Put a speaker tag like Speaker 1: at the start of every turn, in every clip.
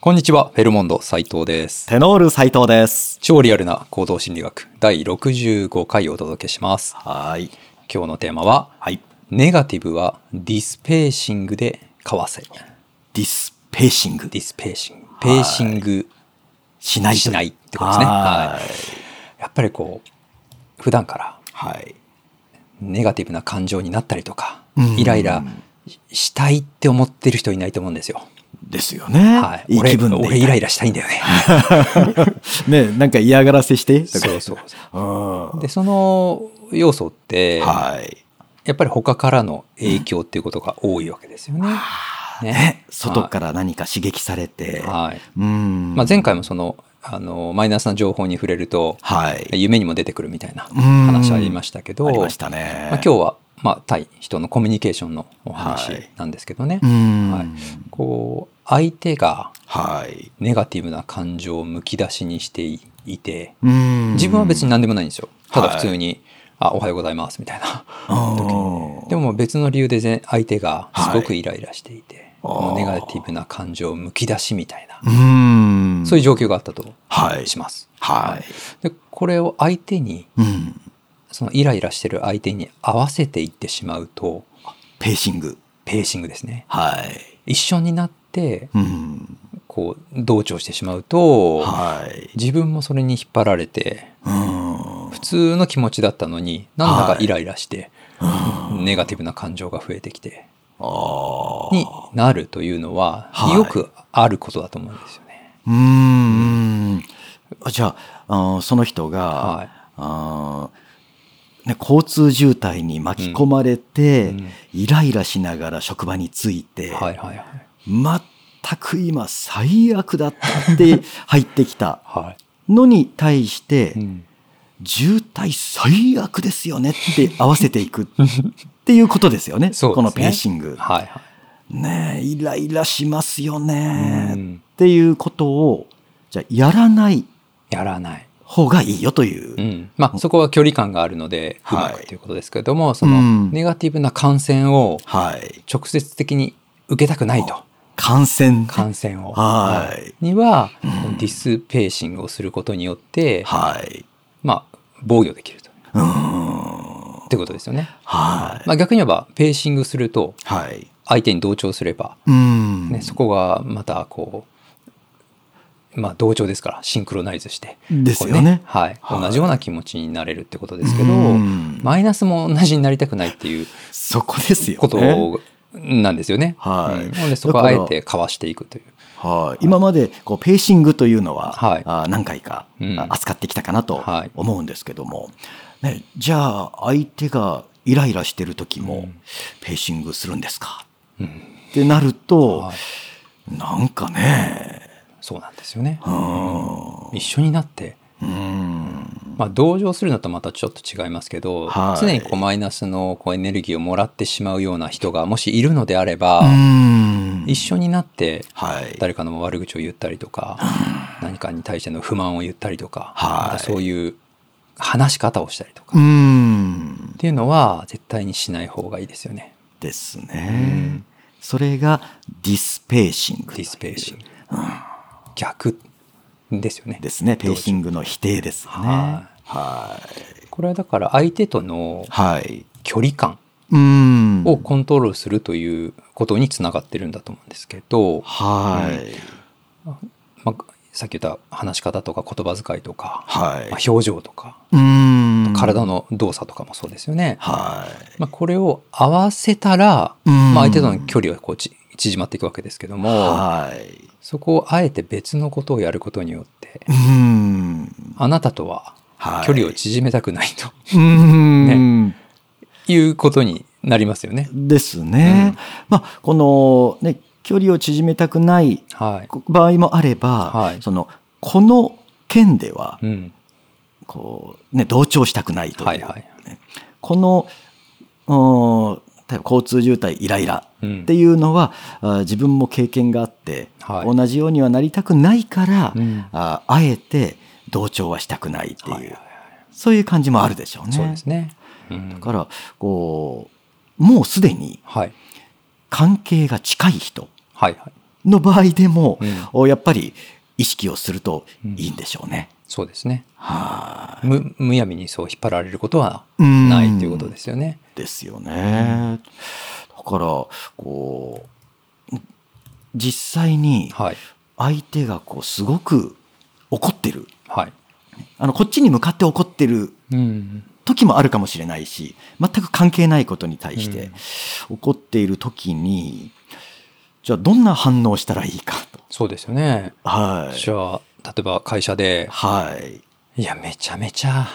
Speaker 1: こんにちは、フェルモンド斉藤です。
Speaker 2: テノール斉藤です。
Speaker 1: 超リアルな行動心理学第65回をお届けします。
Speaker 2: はい。
Speaker 1: 今日のテーマは、
Speaker 2: はい。
Speaker 1: ネガティブはディスペーシングでかわせ。
Speaker 2: ディスペーシング
Speaker 1: ディスペーシング。ペーシング
Speaker 2: しないと
Speaker 1: しないってことですね。
Speaker 2: は
Speaker 1: はい。やっぱりこう、普段から
Speaker 2: い。はい。
Speaker 1: ネガティブな感情になったりとか
Speaker 2: う、ん
Speaker 1: イライラしたいって思ってる人いないと思うんですよ。
Speaker 2: ですよね。
Speaker 1: はい。
Speaker 2: いい
Speaker 1: 俺
Speaker 2: 気分でいたい。
Speaker 1: 俺イライラしたいんだよね。
Speaker 2: ね、なんか嫌がらせしてとか。
Speaker 1: そうそう。
Speaker 2: うん。
Speaker 1: で、その要素って、
Speaker 2: はい。
Speaker 1: やっぱり他からの影響っていうことが多いわけですよね。ね
Speaker 2: 外から何か刺激されて。
Speaker 1: はいはい
Speaker 2: うん。
Speaker 1: まあ、前回もそのあのマイナスな情報に触れると
Speaker 2: はい。
Speaker 1: 夢にも出てくるみたいな
Speaker 2: うん
Speaker 1: 話ありましたけど
Speaker 2: ありましたね。
Speaker 1: まあ、今日は、まあ、対人のコミュニケーションのお話
Speaker 2: はい
Speaker 1: なんですけどね、
Speaker 2: うん。
Speaker 1: はいこう相手が
Speaker 2: はい。
Speaker 1: ネガティブな感情をむき出しにしていて
Speaker 2: うん。
Speaker 1: 自分は別に何でもないんですよただ
Speaker 2: はい
Speaker 1: 普通に「あおはようございます」みたいな
Speaker 2: うん。
Speaker 1: でも別の理由で全相手がすごくイライラしていて、
Speaker 2: あー
Speaker 1: もうネガティブな感情むき出しみたいな、
Speaker 2: うん。
Speaker 1: そういう状況があったと
Speaker 2: はい
Speaker 1: します。
Speaker 2: は
Speaker 1: でこれを相手に
Speaker 2: い。うん。
Speaker 1: そのイライラしてる相手に合わせていってしまうと
Speaker 2: ペーシング。
Speaker 1: ペーシングですね
Speaker 2: はい。
Speaker 1: 一緒になって
Speaker 2: うん。
Speaker 1: こう同調してしまうと、
Speaker 2: はい。
Speaker 1: 自分もそれに引っ張られて
Speaker 2: うん。
Speaker 1: 普通の気持ちだったのになんだかイライラして、
Speaker 2: あ
Speaker 1: ネガティブな感情が増えてきて
Speaker 2: あ。
Speaker 1: になるというのは
Speaker 2: はい
Speaker 1: よくあることだと思うんですよね。
Speaker 2: うーん。あじゃああー、その人が、
Speaker 1: はい
Speaker 2: あーね、交通渋滞に巻き込まれて、
Speaker 1: うんうん
Speaker 2: イライラしながら職場に着いて、
Speaker 1: はいはいはい。
Speaker 2: 全く今最悪だったって 入ってきた
Speaker 1: は
Speaker 2: のに対して、
Speaker 1: い。うん、
Speaker 2: 渋滞最悪ですよねって合わせていくっていうことですよ
Speaker 1: そ
Speaker 2: ね。
Speaker 1: うですね
Speaker 2: このペーシング。
Speaker 1: はいは
Speaker 2: ねえ、イライラしますよね、
Speaker 1: い。う
Speaker 2: っ
Speaker 1: ん、
Speaker 2: ていうことを、じゃあやらない
Speaker 1: やらない。
Speaker 2: 方がいいよというう。
Speaker 1: ん、まあそこは距離感があるのでう
Speaker 2: は
Speaker 1: ま
Speaker 2: い
Speaker 1: くということですけれども、その
Speaker 2: うん
Speaker 1: ネガティブな感染を
Speaker 2: はい。
Speaker 1: 直接的に受けたくないと
Speaker 2: 感染。
Speaker 1: 感染を。
Speaker 2: はい
Speaker 1: には、ディスペーシングをすることによって、
Speaker 2: はい。
Speaker 1: まあ防御できると。
Speaker 2: うーん。
Speaker 1: ってことですよね。
Speaker 2: はい。
Speaker 1: まあ逆に言えばペーシングすると
Speaker 2: はい。
Speaker 1: 相手に同調すれば、
Speaker 2: うーん。
Speaker 1: ね、そこがまたこう、まあ、同調ですからシンクロナイズして
Speaker 2: ですよね
Speaker 1: こうはい
Speaker 2: はい
Speaker 1: 同じような気持ちになれるってことですけど、
Speaker 2: うん
Speaker 1: マイナスも同じになりたくないっていう
Speaker 2: そこですよ
Speaker 1: こ
Speaker 2: ね。
Speaker 1: となんですよね。
Speaker 2: はい
Speaker 1: うんなのでそこはあ
Speaker 2: だか
Speaker 1: え
Speaker 2: ら
Speaker 1: てかわしていくという。
Speaker 2: はい。今まで、こう、ペーシングというのは、
Speaker 1: はい
Speaker 2: あー何回か
Speaker 1: うん
Speaker 2: あ扱ってきたかなと
Speaker 1: はい
Speaker 2: 思うんですけども、ね、じゃあ、相手がイライラしてる時
Speaker 1: う
Speaker 2: も
Speaker 1: ん、
Speaker 2: ペーシングするんですか
Speaker 1: うん
Speaker 2: ってなると
Speaker 1: は、い
Speaker 2: なんかね、
Speaker 1: そうなんですよね
Speaker 2: う。ーん。
Speaker 1: 一緒になって、
Speaker 2: うーん
Speaker 1: まあ、同情するのとまたちょっと違いますけど、
Speaker 2: はい
Speaker 1: 常にこうマイナスのこうエネルギーをもらってしまうような人がもしいるのであれば、
Speaker 2: うーん
Speaker 1: 一緒になって
Speaker 2: はい。
Speaker 1: 誰かの悪口を言ったりとか何かに対しての不満を言ったりとか
Speaker 2: は
Speaker 1: ま
Speaker 2: い
Speaker 1: たそういう話し方をしたりと
Speaker 2: う
Speaker 1: か
Speaker 2: ー
Speaker 1: っ
Speaker 2: ん。
Speaker 1: ていうのは絶対にしない方がいいですよね。
Speaker 2: です
Speaker 1: うん
Speaker 2: ね。それがディスペーシング。
Speaker 1: ディスペーシング。逆ですよね。
Speaker 2: ですね。ペーシングの否定ですね。
Speaker 1: は
Speaker 2: はい。
Speaker 1: これはだから相手との
Speaker 2: はい。
Speaker 1: 距離感
Speaker 2: うーん。
Speaker 1: をコントロールするということにつながってるんだと思うんですけど、
Speaker 2: はい。
Speaker 1: まあ、さっき言った話し方とか言葉遣いとか、
Speaker 2: はい。
Speaker 1: まあ、表情とか
Speaker 2: うーん。
Speaker 1: 体の動作とかもそうですよね。
Speaker 2: はい。
Speaker 1: まあ、これを合わせたら、
Speaker 2: うん
Speaker 1: まあ、相手との距離はこうち縮まっていくわけですけども
Speaker 2: はい。
Speaker 1: そこをあえて別のことをやることによって
Speaker 2: うーん。
Speaker 1: あなたとは
Speaker 2: はい
Speaker 1: 距離を縮めたくないと
Speaker 2: うーん。
Speaker 1: いうことになりますよね。
Speaker 2: ですね。まあ、この、ね、距離を縮めたくない
Speaker 1: はい
Speaker 2: 場合もあれば、
Speaker 1: はい
Speaker 2: その、この件では、
Speaker 1: うん
Speaker 2: こう、ね、同調したくないという。
Speaker 1: はいはい
Speaker 2: この、うん例えば交通渋滞イライラ
Speaker 1: うん
Speaker 2: っていうのは、あ自分も経験があって、
Speaker 1: はい
Speaker 2: 同じようにはなりたくないから、
Speaker 1: うん
Speaker 2: ああえて同調はしたくないっていう、
Speaker 1: はいはいは
Speaker 2: そういう感じもあるでしょうね。
Speaker 1: そうですね。うん
Speaker 2: だから、こう、もうすでに
Speaker 1: はい
Speaker 2: 関係が近い人
Speaker 1: はいはい
Speaker 2: の場合でも
Speaker 1: うん、
Speaker 2: おやっぱり意識をするといいんでしょうね。
Speaker 1: そうですね。
Speaker 2: はい
Speaker 1: むむやみにそう引っ張られることは
Speaker 2: うん
Speaker 1: ないということですよね。
Speaker 2: ですよね。だからこう実際に
Speaker 1: はい。
Speaker 2: 相手がこうすごく怒ってる
Speaker 1: はい。
Speaker 2: あのこっちに向かって怒ってる
Speaker 1: うん。
Speaker 2: 時もあるかもしれないし全く関係ないことに対し
Speaker 1: う
Speaker 2: て
Speaker 1: ん
Speaker 2: 怒っている時に、じゃあどんな反応をしたらいいかと。
Speaker 1: そうですよね。
Speaker 2: はい
Speaker 1: じゃあ、例えば会社で、
Speaker 2: はい。
Speaker 1: いや、めちゃめちゃ、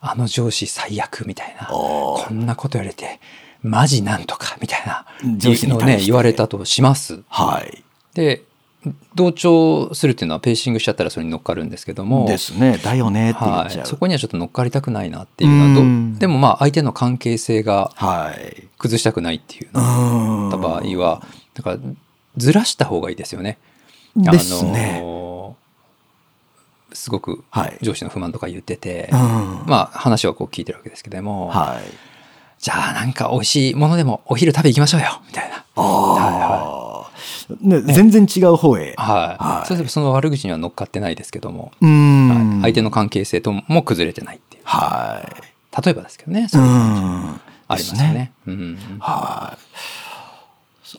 Speaker 1: あの上司最悪みたいな、
Speaker 2: お
Speaker 1: こ
Speaker 2: ー
Speaker 1: んなこと言われて、マジなんとかみたいな、
Speaker 2: 上司に対して
Speaker 1: のをね、言われたとします。
Speaker 2: はい。
Speaker 1: で、同調するっていうのは、ペーシングしちゃったらそれに乗っかるんですけども、
Speaker 2: ですね。だよねって言っ
Speaker 1: は
Speaker 2: ちゃ
Speaker 1: い、
Speaker 2: う。
Speaker 1: そこにはちょっと乗っかりたくないなっていうのはど
Speaker 2: うん
Speaker 1: う、でもまあ、相手の関係性が
Speaker 2: はい。
Speaker 1: 崩したくないっていうのが
Speaker 2: う
Speaker 1: あ
Speaker 2: ん。
Speaker 1: った場合は、だから、ずらした方がいいですよね。あ
Speaker 2: ですね。
Speaker 1: のすごく
Speaker 2: はい。
Speaker 1: 上司の不満とか言ってて、
Speaker 2: うん。
Speaker 1: まあ話はこう聞いてるわけですけども、
Speaker 2: はい。
Speaker 1: じゃあなんか美味しいものでもお昼食べ行きましょうよみたいな。
Speaker 2: ああ、ね。全然違う方へ。
Speaker 1: はい。
Speaker 2: はい
Speaker 1: そうすればその悪口には乗っかってないですけども、
Speaker 2: うん、
Speaker 1: はい相手の関係性とも崩れてないっていう。
Speaker 2: はい。
Speaker 1: 例えばですけどね、
Speaker 2: う
Speaker 1: そうんいう感じ。ありますよね。。うん。
Speaker 2: はい。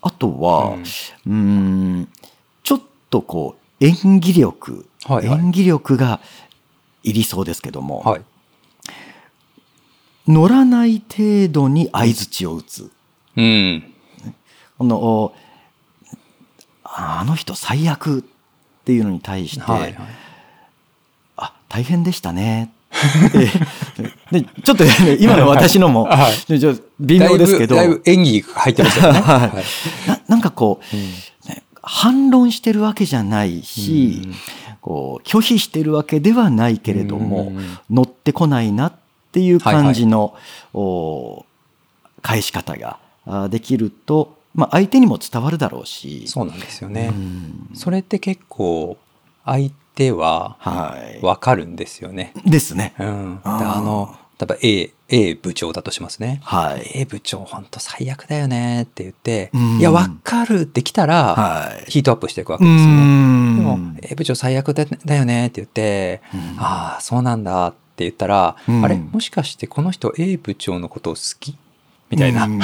Speaker 2: あとは
Speaker 1: うん、
Speaker 2: うん、ちょっとこう、演技力、
Speaker 1: はいはい
Speaker 2: 演技力がいりそうですけども、
Speaker 1: はい。
Speaker 2: 乗らない程度に相づちを打つ。
Speaker 1: うん。
Speaker 2: あの、おあの人最悪っていうのに対して、
Speaker 1: はい、はい。
Speaker 2: あ、大変でしたね。ででちょっと、ね、今の私のも、
Speaker 1: は
Speaker 2: ちょ微妙ですけど
Speaker 1: だいぶだいぶ演技が入ってます よね。はい。
Speaker 2: な、なんかこう、
Speaker 1: うん
Speaker 2: ね反論してるわけじゃないし、
Speaker 1: うん
Speaker 2: こう拒否してるわけではないけれども、
Speaker 1: うん
Speaker 2: 乗ってこないなっていう感じの、お返し方があできると、まあ、相手にも伝わるだろうし。
Speaker 1: そうなんですよね。
Speaker 2: うん
Speaker 1: それって結構相手は
Speaker 2: は
Speaker 1: わかるんですよね。
Speaker 2: い。ですね。
Speaker 1: うん、で
Speaker 2: あー
Speaker 1: あの例えば A, A 部長だとしますね。
Speaker 2: はい。
Speaker 1: A 部長ほんと最悪だよねって言って
Speaker 2: う
Speaker 1: 「
Speaker 2: ん
Speaker 1: いやわかる」ってきたら
Speaker 2: はい。
Speaker 1: ヒートアップしていくわ
Speaker 2: う
Speaker 1: けですよね。でも
Speaker 2: ん。
Speaker 1: 「A 部長最悪だだよね」って言って「ああそうなんだ」って言ったら「
Speaker 2: うん
Speaker 1: あれもしかしてこの人 A 部長のことを好き?」みたいな
Speaker 2: うん。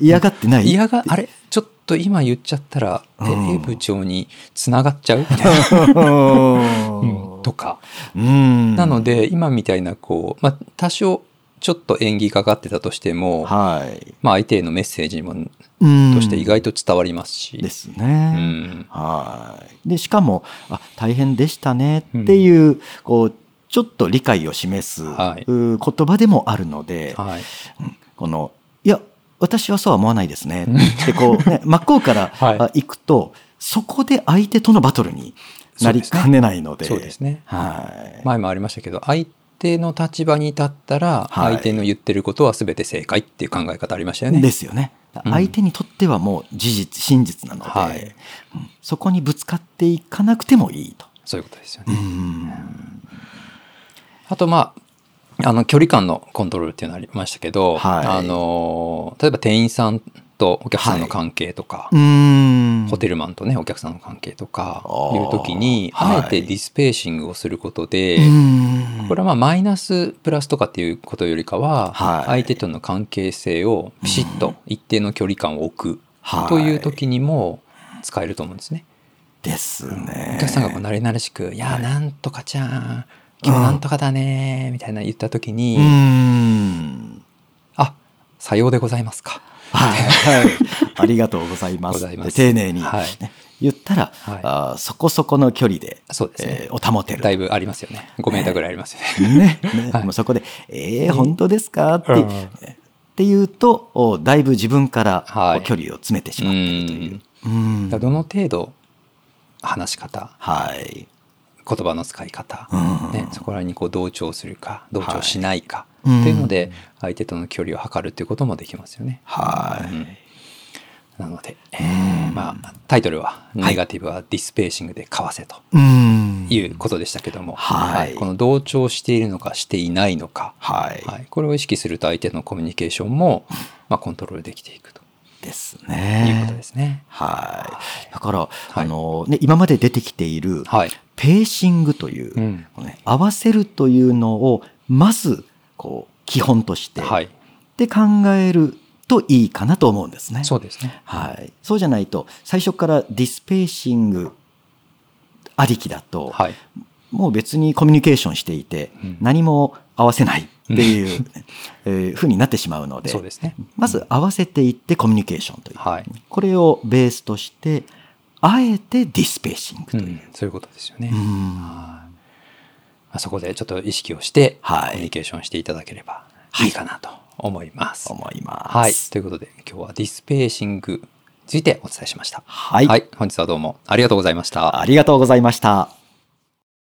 Speaker 2: 嫌がってない。
Speaker 1: 嫌があれちょっと今言っちゃったら、え
Speaker 2: うん
Speaker 1: A 部長に繋がっちゃうみたいな。
Speaker 2: うん
Speaker 1: とか。
Speaker 2: うん。
Speaker 1: なの、で、今みたいな、こう、まあ、多少、ちょっと演技かかってたとしても、
Speaker 2: はい。
Speaker 1: まあ、相手へのメッセージにも、
Speaker 2: と
Speaker 1: として意外と伝わりますし。
Speaker 2: です
Speaker 1: う
Speaker 2: ね。
Speaker 1: ん。
Speaker 2: はい。で、しかも、あ、大変でしたねっていう、こう、ちょっと理解を示す、
Speaker 1: はいう
Speaker 2: 言葉でもあるので、
Speaker 1: はい。
Speaker 2: この、いや、私はそうは思わないですね。って こう、ね、真っ向から、
Speaker 1: はい
Speaker 2: あ行くと、そこで相手とのバトルになりかねないので。
Speaker 1: そうですね。
Speaker 2: はい。
Speaker 1: 前もありましたけど、相手の立場に立ったら、
Speaker 2: はい
Speaker 1: 相手の言ってることは全て正解っていう考え方ありましたよね。
Speaker 2: ですよね。
Speaker 1: うん
Speaker 2: 相手にとってはもう事実、真実なので、
Speaker 1: はい
Speaker 2: うんそこにぶつかっていかなくてもいいと。
Speaker 1: そういうことですよ
Speaker 2: う
Speaker 1: ね。
Speaker 2: ん
Speaker 1: あと、まあ、あの、距離感のコントロールっていうのありましたけど、
Speaker 2: はい
Speaker 1: あの、例えば店員さんとお客さんの
Speaker 2: はい
Speaker 1: 関係とか、
Speaker 2: うん
Speaker 1: ホテルマンとね、お客さんの関係とか
Speaker 2: あー
Speaker 1: いう時に、
Speaker 2: はい
Speaker 1: あえてディスペーシングをすることで、
Speaker 2: うん
Speaker 1: これはまあマイナスプラスとかっていうことよりかは、
Speaker 2: はい
Speaker 1: 相手との関係性をピシッと一定の距離感を置く
Speaker 2: はい
Speaker 1: という時にも使えると思うんですね。
Speaker 2: ですね。
Speaker 1: お客さんがこう慣れ慣れしく「いやーなんとかちゃん今日なんとかだね」みたいな言った時に「
Speaker 2: うん
Speaker 1: あさようでございますか」
Speaker 2: はい、 はい、ありがとうございま
Speaker 1: ご
Speaker 2: す。
Speaker 1: ざいます
Speaker 2: 丁寧に、
Speaker 1: はい
Speaker 2: ね言ったら、
Speaker 1: はい
Speaker 2: あーそこそこの距離で、
Speaker 1: そうですね
Speaker 2: えーお保てる。
Speaker 1: だいぶありますよね5メーターぐらいありますよね。
Speaker 2: ねね
Speaker 1: はい
Speaker 2: もうそこで「えー、本当ですか?」って,、
Speaker 1: うん
Speaker 2: って言うとおだいぶ自分から、
Speaker 1: はい
Speaker 2: こう距離を詰めてしまう。
Speaker 1: うん
Speaker 2: うん
Speaker 1: だからどの程度話し方
Speaker 2: はい、
Speaker 1: 言葉の使い方、
Speaker 2: うん
Speaker 1: ね、そこら辺にこう同調するか同調しないか、
Speaker 2: はい
Speaker 1: っていうので相手との距離を測るっていうこともできますよね。
Speaker 2: はい、
Speaker 1: なので、えーまあ、タイトルは「ネガティブはディスペーシングで交わせ」と
Speaker 2: うん
Speaker 1: いうことでしたけども、
Speaker 2: はい
Speaker 1: この同調しているのかしていないのか、
Speaker 2: はい
Speaker 1: はいこれを意識すると相手のコミュニケーションも、まあ、コントロールできていくと。
Speaker 2: で
Speaker 1: い
Speaker 2: す
Speaker 1: うこと
Speaker 2: ね
Speaker 1: で。すね。
Speaker 2: はい。だから、
Speaker 1: い
Speaker 2: あの、ね、今まで出てきている、
Speaker 1: はい。
Speaker 2: ペーシングという、
Speaker 1: うん
Speaker 2: このね合わせるというのを、まず、こう、基本として、
Speaker 1: はい。
Speaker 2: で考えるといいかなと思うんですね。
Speaker 1: そうですね。
Speaker 2: はい、そうじゃないと最初からディスペーシングありきだと、
Speaker 1: はい。
Speaker 2: もう別にコミュニケーションしていて、
Speaker 1: うん
Speaker 2: 何も合わせないっていう、えーふうになってしまうので
Speaker 1: そうですね。
Speaker 2: まず合わせていってコミュニケーションという、
Speaker 1: はい。
Speaker 2: これをベースとしてあえてディスペーシングと
Speaker 1: う
Speaker 2: い
Speaker 1: ん
Speaker 2: う。、
Speaker 1: そういうことですよね。
Speaker 2: うん
Speaker 1: はいまあ、そこでちょっと意識をして、
Speaker 2: はい
Speaker 1: コミュニケーションしていただければ
Speaker 2: はい
Speaker 1: いいかなと思います。
Speaker 2: 思います。
Speaker 1: はい。ということで、今日はディスペーシングについてお伝えしました。
Speaker 2: はい
Speaker 1: 本日はどうもありがとうございました。
Speaker 2: ありがとうございました。